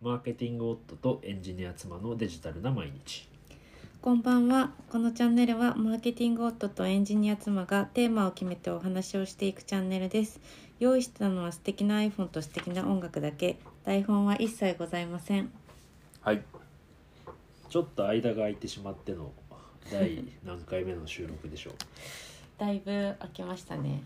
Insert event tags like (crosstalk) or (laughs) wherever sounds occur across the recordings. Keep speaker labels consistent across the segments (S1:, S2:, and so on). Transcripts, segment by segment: S1: マーケティング夫とエンジニア妻のデジタルな毎日
S2: こんばんは。このチャンネルはマーケティング夫とエンジニア妻がテーマを決めてお話をしていくチャンネルです。用意したのは素敵な iPhone と素敵な音楽だけ。台本は一切ございません。
S1: はいちょっと間が空いてしまっての第何回目の収録でしょう
S2: だいぶ開けましたね。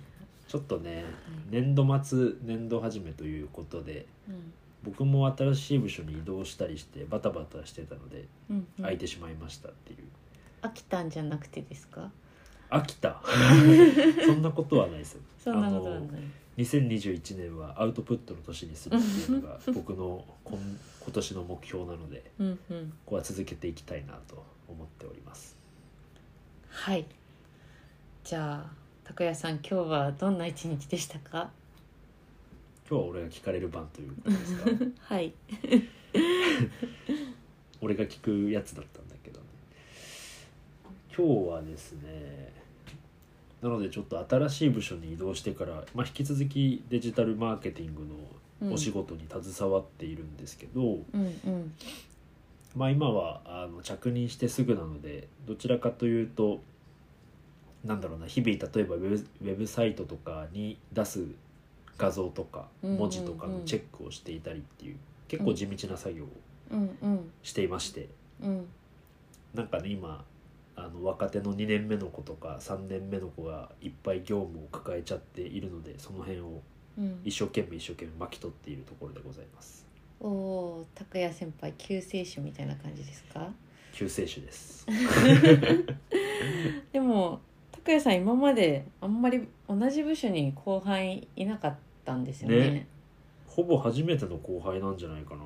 S1: ちょっとね
S2: はい
S1: 年度末年度始めということで
S2: うん。
S1: 僕も新しい部署に移動したりしてバタバタしてたので
S2: うん、うん。
S1: 空いてしまいましたっていう、
S2: 飽きたんじゃなくてですか
S1: 飽き
S2: (laughs)
S1: たそんなことはないです
S2: そんなことは
S1: あ
S2: な
S1: の
S2: い。
S1: 2021年はアウトプットの年にするっていうのが僕の今今年の目標なので
S2: うんうん。
S1: ここは続けていきたいなと思っております
S2: はい。じゃあ、拓也さん、今日はどんな一日でしたか
S1: 今日は俺が聞かれる番ということですか
S2: (laughs) はい。
S1: 俺が聞くやつだったんだけどね今日はですねなのでちょっと新しい部署に移動してから、まあ、引き続きデジタルマーケティング
S2: うん
S1: のお仕事に携わっているんですけど、
S2: うんうん。
S1: まあ、今はあの着任してすぐなのでどちらかというとなんだろうな日々例えばウェブウェブサイトとかに出す画像とか
S2: うんうんうん
S1: 文字とかのチェックをしていたりっていう、結構地道な作業を
S2: うんうん。
S1: していまして、
S2: うん。
S1: なんかね今あの若手の2年目の子とか3年目の子がいっぱい業務を抱えちゃっているのでその辺を
S2: うん。
S1: 一生懸命一生懸命巻き取っているところでございます
S2: おお拓也先輩救世主みたいな感じですか
S1: 救世主です
S2: (laughs) でも拓也さん今まであんまり同じ部署に後輩いなかったんですよね
S1: ねほぼ初めての後輩なんじゃないかな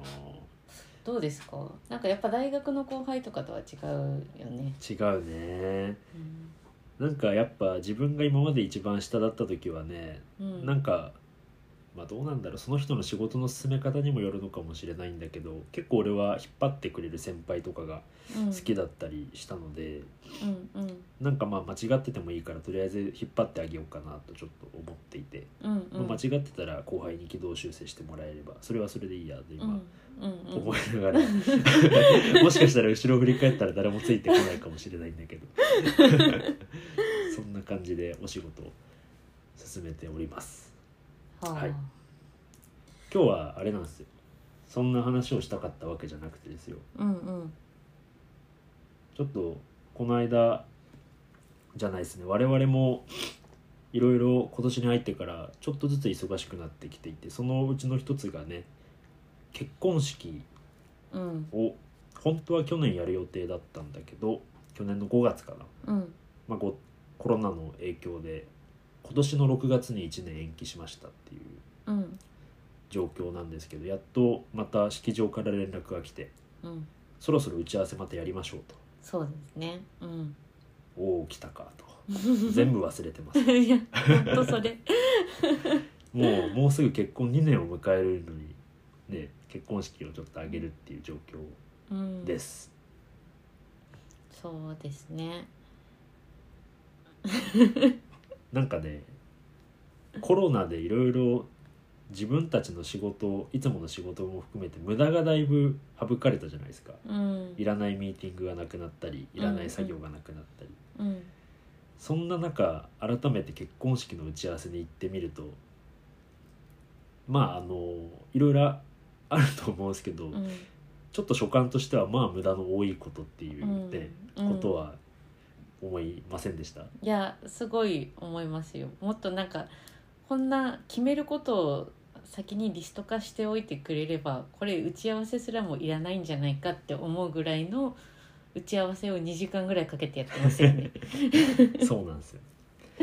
S2: どうですかなんかやっぱ大学の後輩とかとは違うよね、
S1: 違うねなんかやっぱ自分が今まで一番下だった時はね
S2: うん
S1: なんかまあどうなんだろうその人の仕事の進め方にもよるのかもしれないんだけど結構俺は引っ張ってくれる先輩とかが好きだったりしたので、
S2: うんうん
S1: なんかまあ間違っててもいいからとりあえず引っ張ってあげようかなとちょっと思っていて、
S2: うんうん
S1: まあ間違ってたら後輩に軌道修正してもらえればそれはそれでいいやと今、
S2: うんうんうん
S1: 思いなが
S2: (laughs)
S1: らもしかしたら後ろ振り返ったら誰もついてこないかもしれないんだ
S2: (laughs)
S1: けどそんな感じでお仕事を進めております
S2: はあ
S1: はい今日はあれなんですよそんな話をしたかったわけじゃなくてですよ
S2: うんうん
S1: ちょっとこの間じゃないですね我々もいろいろ今年に入ってからちょっとずつ忙しくなってきていてそのうちの一つがね結婚式
S2: うん
S1: を本当は去年やる予定だったんだけど去年の5月かな
S2: うん
S1: まあ、ごコロナの影響で今年の6月に1年延期しましたっていう
S2: うん
S1: 状況なんですけどやっとまた式場から連絡が来て
S2: うん
S1: そろそろ打ち合わせまたやりましょう
S2: そうですねうん
S1: とおお来たかと全部忘れてます
S2: (laughs) いや本当それ
S1: もうもうすぐ結婚2年を迎えるのにね結婚式をちょっと上げるっていう状況
S2: うん
S1: です、
S2: そうですね
S1: なんかねコロナでいろいろ自分たちの仕事いつもの仕事も含めて無駄がだいぶ省かれたじゃないですか
S2: うん
S1: いらないミーティングがなくなったりいらない作業がなくなったり、
S2: うん
S1: そんな中改めて結婚式の打ち合わせに行ってみるとまああのいろいろあると思うんですけど、
S2: うん
S1: ちょっと所感としてはまあ無駄の多いことっていうね、
S2: うん
S1: ことは思いませんで
S2: (laughs)
S1: した、
S2: いやすごい思いますよもっとなんかこんな決めることを先にリスト化しておいてくれればこれ打ち合わせすらもいらないんじゃないかって思うぐらいの打ち合わせを2時間ぐらいかけてやってますよね
S1: そうなんですよ、
S2: (laughs)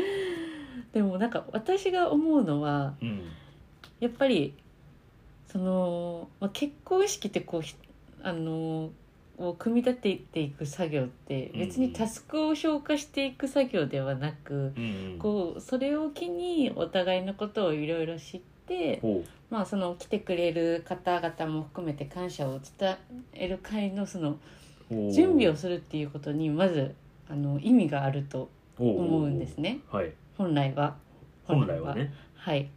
S2: でもなんか私が思うのは
S1: うん、
S2: やっぱりその、まあ、結婚式ってこうひあのを組み立てていく作業って別
S1: うん
S2: に
S1: うん
S2: タスクを消化していく作業ではなく、
S1: うんうん
S2: こうそれを機にお互いのことをいろいろ知って、
S1: ほ
S2: まあ、その来てくれる方々も含めて感謝を伝える会のその
S1: うほう
S2: 準備をするっていうことにまずあの意味があると思うんですね
S1: ほうほうほうはい
S2: 本来は。
S1: 本来はね
S2: はい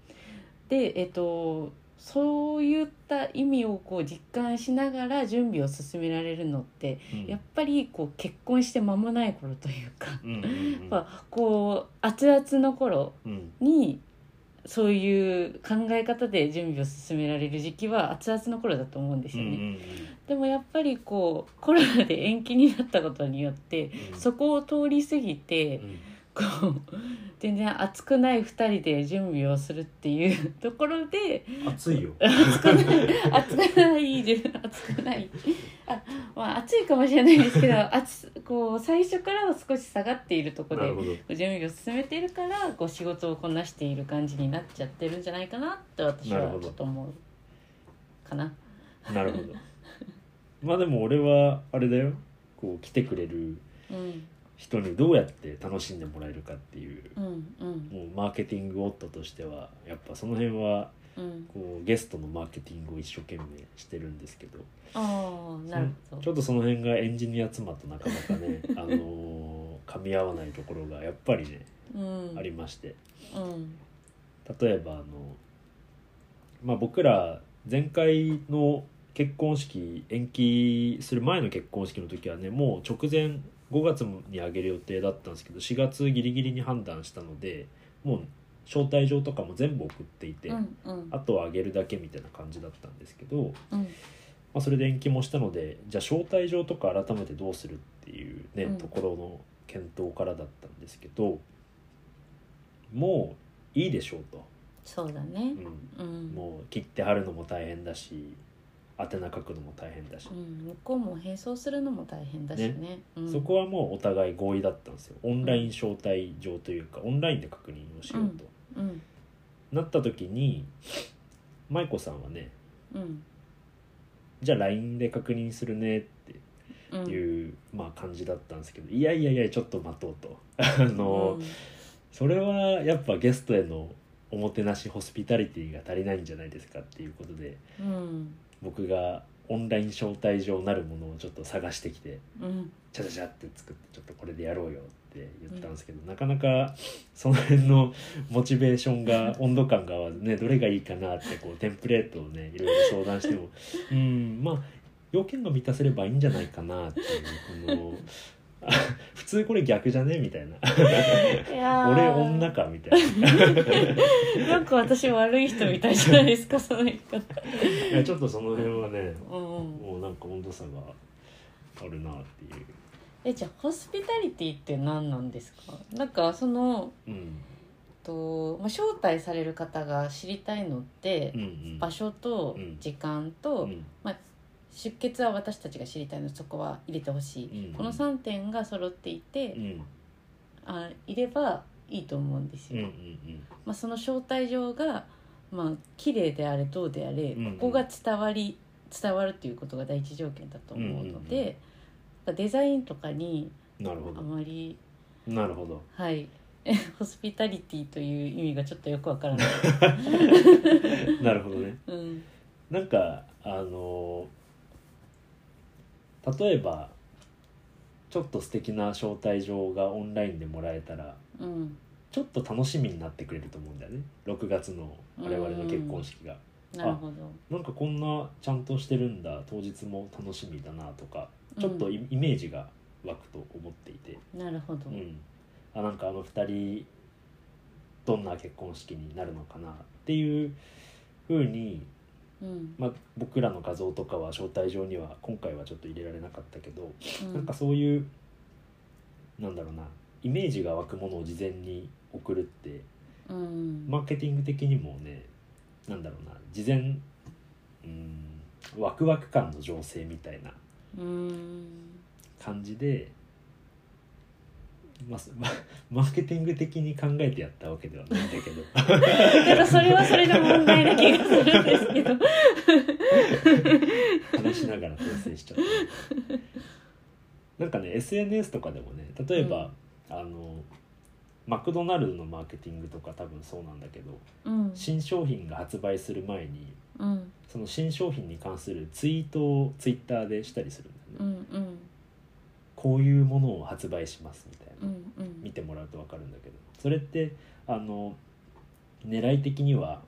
S2: でえっとそういった意味をこう実感しながら準備を進められるのって
S1: うん
S2: やっぱりこう結婚して間もない頃というか、
S1: うんうんうん
S2: やっぱこう熱々の頃
S1: うん
S2: にそういう考え方で準備を進められる時期は熱々の頃だと思うんです
S1: うん
S2: よ
S1: う
S2: ね、
S1: ん
S2: でもやっぱりこうコロナで延期になったことによって
S1: うん
S2: そこを通り過ぎて、
S1: うん
S2: こう全然熱くない2人で準備をするっていう (laughs) ところ
S1: (laughs)
S2: で
S1: 暑いよ
S2: 熱くない熱くない自分熱くないあまあ熱いかもしれないですけど熱こう最初からは少し下がっているとこ
S1: なる
S2: ろ
S1: ほど
S2: で準備を進めているからこう仕事をこなしている感じになっちゃってるんじゃないかなって私
S1: なる
S2: は
S1: ほど
S2: ちょっと思うかな。
S1: なるほど
S2: (laughs)
S1: まあでも俺はあれだよこう来てくれる
S2: うん
S1: 人にどうやって楽しんでもらえるかっていう
S2: うんうん
S1: もうマーケティング夫としてはやっぱその辺は
S2: うん、
S1: こうゲストのマーケティングを一生懸命してるんですけど
S2: ああなるほ
S1: ち
S2: ど。
S1: ょっとその辺がエンジニア妻となかなか
S2: (laughs)
S1: ねあのー噛み合わないところがやっぱりね
S2: うん
S1: ありまして
S2: うん
S1: 例えばあの、まあ、僕ら前回の結婚式延期する前の結婚式の時はねもう直前5月に挙げる予定だったんですけど4月ギリギリに判断したのでもう招待状とかも全部送っていて、
S2: うんうん
S1: あとは挙げるだけみたいな感じだったんですけど、
S2: うん
S1: まあ、それで延期もしたのでじゃあ招待状とか改めてどうするっていうね、
S2: うん
S1: ところの検討からだったんですけどもういいでしょうと。
S2: そうだね。
S1: うん
S2: うん。
S1: もう切って貼るのも大変だし宛名書くのも大変だし
S2: う、ん、向こうも並走するのも大変だしね。うん、
S1: そこはもうお互い合意だったんですよオンライン招待状というかオンラインで確認をしようと、
S2: うん
S1: なった時に舞子さんはね
S2: うん
S1: じゃあ LINE で確認するねっ
S2: うん。
S1: ていう、まあ感じだったんですけどいやいやいやちょっと待とうと (laughs) あの、それはやっぱゲストへのおもてなしホスピタリティが足りないんじゃないですかっていうことで
S2: うんうん
S1: 僕がオンライン招待状なるものをちょっと探してきて
S2: うん
S1: ちゃちゃちゃって作ってちょっとこれでやろうよって言ったんですけど、なかなかその辺のモチベーションが温度感が合わずねどれがいいかなってこうテンプレートをねいろいろ相談してもうんまあ要件が満たせればいいんじゃないかなっていうこのあ普通これ逆じゃねみたいな
S2: いやー
S1: 俺女かみたいな
S2: なんか私悪い人みたいじゃないですかその言い方
S1: いやちょっとその辺はね
S2: うん
S1: もうなんか温度差があるなっていう。
S2: えじゃあホスピタリティって何なんですかなんかその
S1: うん
S2: と、まあ、招待される方が知りたいのって、
S1: うんうん
S2: 場所と
S1: うん
S2: 時間と、
S1: うん
S2: 出血は私たちが知りたいのでそこは入れてほしい、
S1: うん
S2: この3点が揃っていて、
S1: うん
S2: あいればいいと思うんです
S1: うんう
S2: よ、
S1: ん
S2: まあ、その招待状がまあ綺麗であれどうであれ、
S1: うんうん
S2: ここが伝わり伝わるということが第一条件だと思うので、
S1: うんうんう
S2: なんかデザインとかに
S1: うんなるほ
S2: あ
S1: ど
S2: まり
S1: なるほど
S2: はいホスピタリティという意味がちょっとよくわからない、
S1: なるほどね
S2: うん
S1: なんかあの例えばちょっと素敵な招待状がオンラインでもらえたら
S2: うん、
S1: ちょっと楽しみになってくれると思うんだよね6月の我々の結婚式が
S2: なるほど
S1: なんかこんなちゃんとしてるんだ当日も楽しみだなとかちょっとイ,、メージが湧くと思っていて、
S2: なるほど、
S1: うん、あなんかあの2人どんな結婚式になるのかなっていうふうに
S2: うん
S1: まあ、僕らの画像とかは招待状には今回はちょっと入れられなかったけど、
S2: うん
S1: なんかそういうなんだろうなイメージが湧くものを事前に送るって
S2: うん
S1: マーケティング的にもねなんだろうな事前うんワクワク感の醸成みたいな
S2: うん
S1: 感じで、まあ、そ (laughs) マーケティング的に考えてやったわけではないんだけど
S2: なんかそれはそれで問題な気がするんですけど
S1: 話しながら訂正しちゃったなんかね SNS とかでもね例えば、あのマクドナルドのマーケティングとか多分そうなんだけど
S2: うん
S1: 新商品が発売する前に
S2: うん
S1: その新商品に関するツイートをツイッターでしたりするんだよね、
S2: うんうん
S1: こういうものを発売しますみたいな、
S2: うんう
S1: 見
S2: ん
S1: てもらうと分かるんだけどそれってあの狙い的には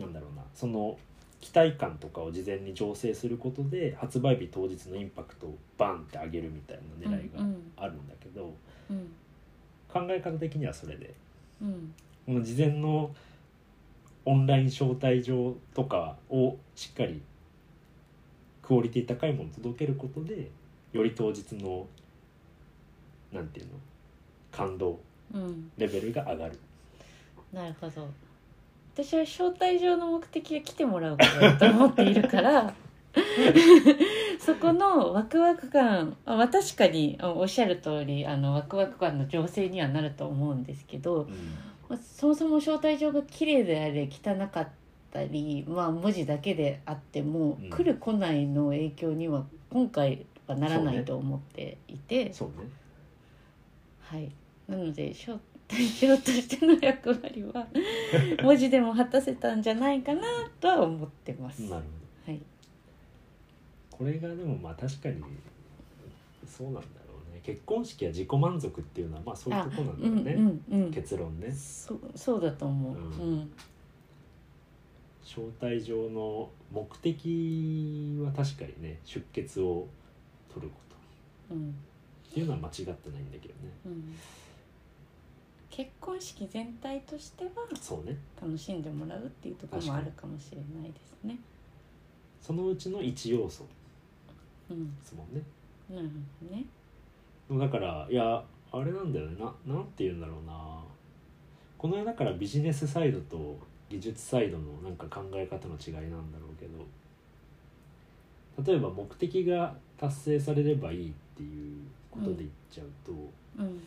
S1: なんだろうなその期待感とかを事前に醸成することで発売日当日のインパクトをバンって上げるみたいな狙いがあるんだけど、
S2: うん
S1: 考え方的にはそれで
S2: うん
S1: この事前のオンライン招待状とかをしっかりクオリティ高いものを届けることでより当日のなんていうの感動
S2: うん
S1: レベルが上がる
S2: なるほど私は招待状の目的が来てもらうことだと思っているから
S1: (laughs)
S2: そこのワクワク感あまあ確かにあおっしゃる通りあのワクワク感の醸成にはなると思うんですけど、まあそもそも招待状が綺麗であれ汚かったり、まあ、文字だけであっても、
S1: うん
S2: 来る来ないの影響には今回はなら
S1: そう
S2: な
S1: ね
S2: いと思っていて、
S1: そうね
S2: はい、なので招待状と (laughs) しての役割
S1: (laughs)
S2: は文字でも果たせたんじゃないかなとは思ってます。
S1: なるほど
S2: はい、
S1: これがでもまあ確かにそうなんだろうね結婚式は自己満足っていうのはまあそういうとこなんだ
S2: う
S1: よ
S2: ん
S1: ね、
S2: うんうん
S1: 結論ね
S2: そうそうだと思う。
S1: う
S2: うん
S1: 招待状の目的は確かにね出血を取ること
S2: うん
S1: っていうのは間違ってないんだけどね
S2: うん結婚式全体としては
S1: そうね
S2: 楽しんでもらうっていうところもあるかもしれないですね。
S1: そのうちの一要素
S2: うん、
S1: ですもんね
S2: なるほどね。
S1: でもだからいやあれなんだよねななんて言うんだろうなこの世だからビジネスサイドと技術サイドのなんか考え方の違いなんだろうけど例えば目的が達成されればいいっていうことで言っちゃうと、
S2: うん、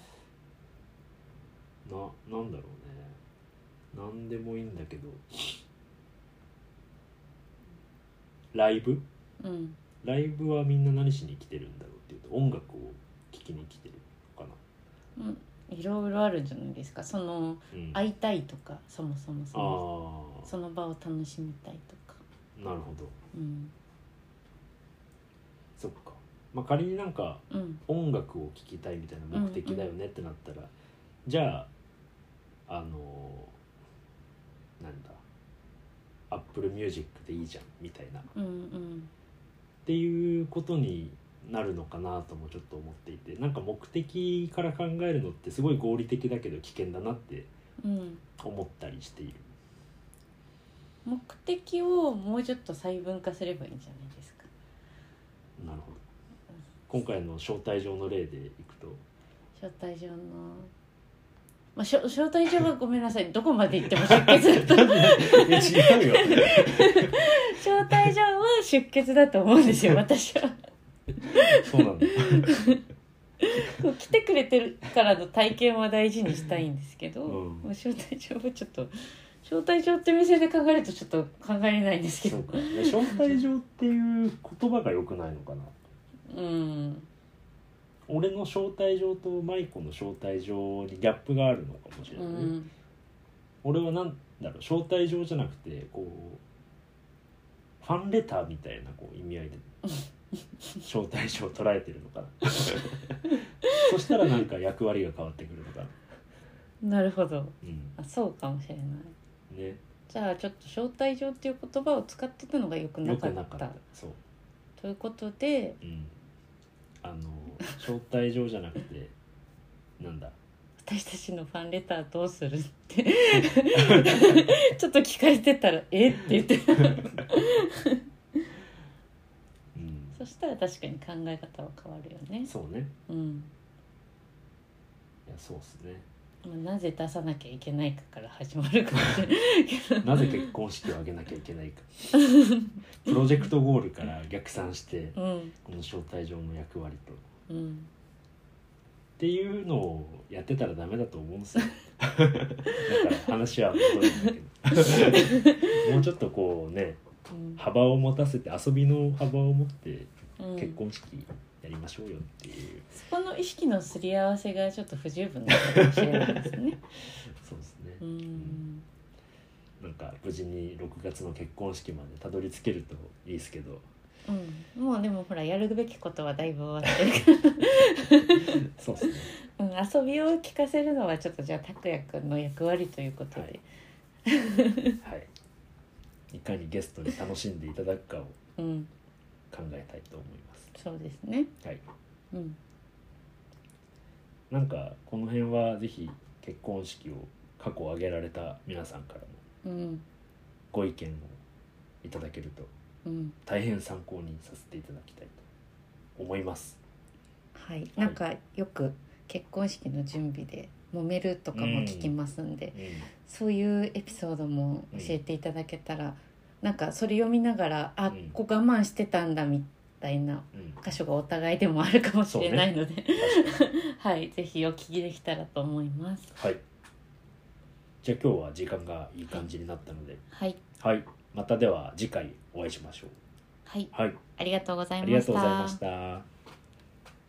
S1: ななんだろうねなんでもいいんだけどライブ
S2: うん、
S1: ライブはみんな何しに来てるんだろうっていうと音楽を聴きに来てるのか
S2: うん、いろいろあるんじゃないですか。その
S1: な、うん、あ
S2: 会いたいとか、そもそもそも
S1: あ
S2: その場を楽しみたいとか。
S1: ーなるほど
S2: うん、
S1: そっか、まあ、仮になんか
S2: うん、
S1: 音楽を聴きたいみたいな目的だよねってなったら、じゃああのーなんだアップルミュージックでいいじゃんみたいな
S2: うん、うん、
S1: っていうことになるのかなともちょっと思っていてなんか目的から考えるのってすごい合理的だけど危険だなって
S2: うん。
S1: 思ったりしている
S2: 目的をもうちょっと細分化すればいいんじゃないですか。
S1: なるほど今回の招待状の例でいく (laughs) と
S2: 招待状の。まあ、しょ招待状はごめんなさいどこまで行っても出血だと
S1: いや違うよ
S2: 招待状は出血だと思うんですよ私は
S1: そう (laughs) なんだ
S2: こう来てくれてるからの体験は大事にしたいんですけど、
S1: うん
S2: もう招待状はちょっと招待状って店で考えるとちょっと考えれないんですけ
S1: そう
S2: ど
S1: かいや招待状っていう言葉が良くないのかな
S2: うん
S1: 俺の招待状とマイコの招待状にギャップがあるのかもしれ
S2: う
S1: ないね、
S2: ん
S1: 俺はなんだろう招待状じゃなくてこうファンレターみたいなこう意味合いで招待状を捉えてるのか (laughs) なそしたらなんか役割が変わってくるのかな、
S2: なるほど
S1: うん
S2: あそうかもしれない
S1: ね、
S2: じゃあちょっと招待状っていう言葉を使ってたのがよくな
S1: よく
S2: かっ
S1: な
S2: た
S1: かったそう、
S2: ということで
S1: うん、あの招待状じゃなくてなんだ
S2: 私たちのファンレターどうするって
S1: (laughs)
S2: ちょっと聞かれてたら「えっ?」て言ってた
S1: うん
S2: そしたら確かに考え方は変わるよね
S1: そうね
S2: うん
S1: いやそうっすね
S2: まあなぜ出さなきゃいけないかから始まるかもし
S1: (laughs)
S2: れないけど
S1: なぜ結婚式を挙げなきゃいけない
S2: (laughs)
S1: かプロジェクトゴールから逆算して
S2: うん
S1: この招待状の役割と
S2: うん
S1: っていうのをやってたらダメだと思うんですよだから話は戻るんだけ
S2: (laughs)
S1: どもうちょっとこうね
S2: うん
S1: 幅を持たせて遊びの幅を持って
S2: うん
S1: 結婚式やりましょうよっていう、
S2: そこの意識のすり合わせがちょっと不十分なのかもしれないですね
S1: そうですね、
S2: うん
S1: なんか無事に6月の結婚式までたどり着けるといいですけど
S2: うん、もうでもほらやるべきことはだいぶ終わってるか
S1: そうですね
S2: ら、うん、遊びを聞かせるのはちょっとじゃあ拓也くんの役割ということで、
S1: はいかにゲストに楽しんでいただくかを
S2: うん
S1: 考えたいと思います。
S2: そうですね
S1: はい、
S2: うん
S1: なんかこの辺はぜひ結婚式を過去挙げられた皆さんからも
S2: うん
S1: ご意見をいただけると
S2: うん
S1: 大変参考にさせていただきたいと思います。
S2: はいなんかよく結婚式の準備で揉めるとかも聞きますんで、
S1: うん
S2: そういうエピソードも教えていただけたら、なんかそれ読みながらあ、
S1: うん
S2: ここ我慢してたんだみたいな
S1: うん、
S2: 箇所がお互いでもあるかもしれないので、
S1: 確かに
S2: (laughs) はいぜひお聞きできたらと思います
S1: はい。じゃあ今日は時間がいい感じになったので、
S2: はい
S1: はい、またでは次回お会いしましょう。
S2: はい
S1: はい、
S2: ありがとうござい
S1: あ
S2: ま
S1: りがとうございました。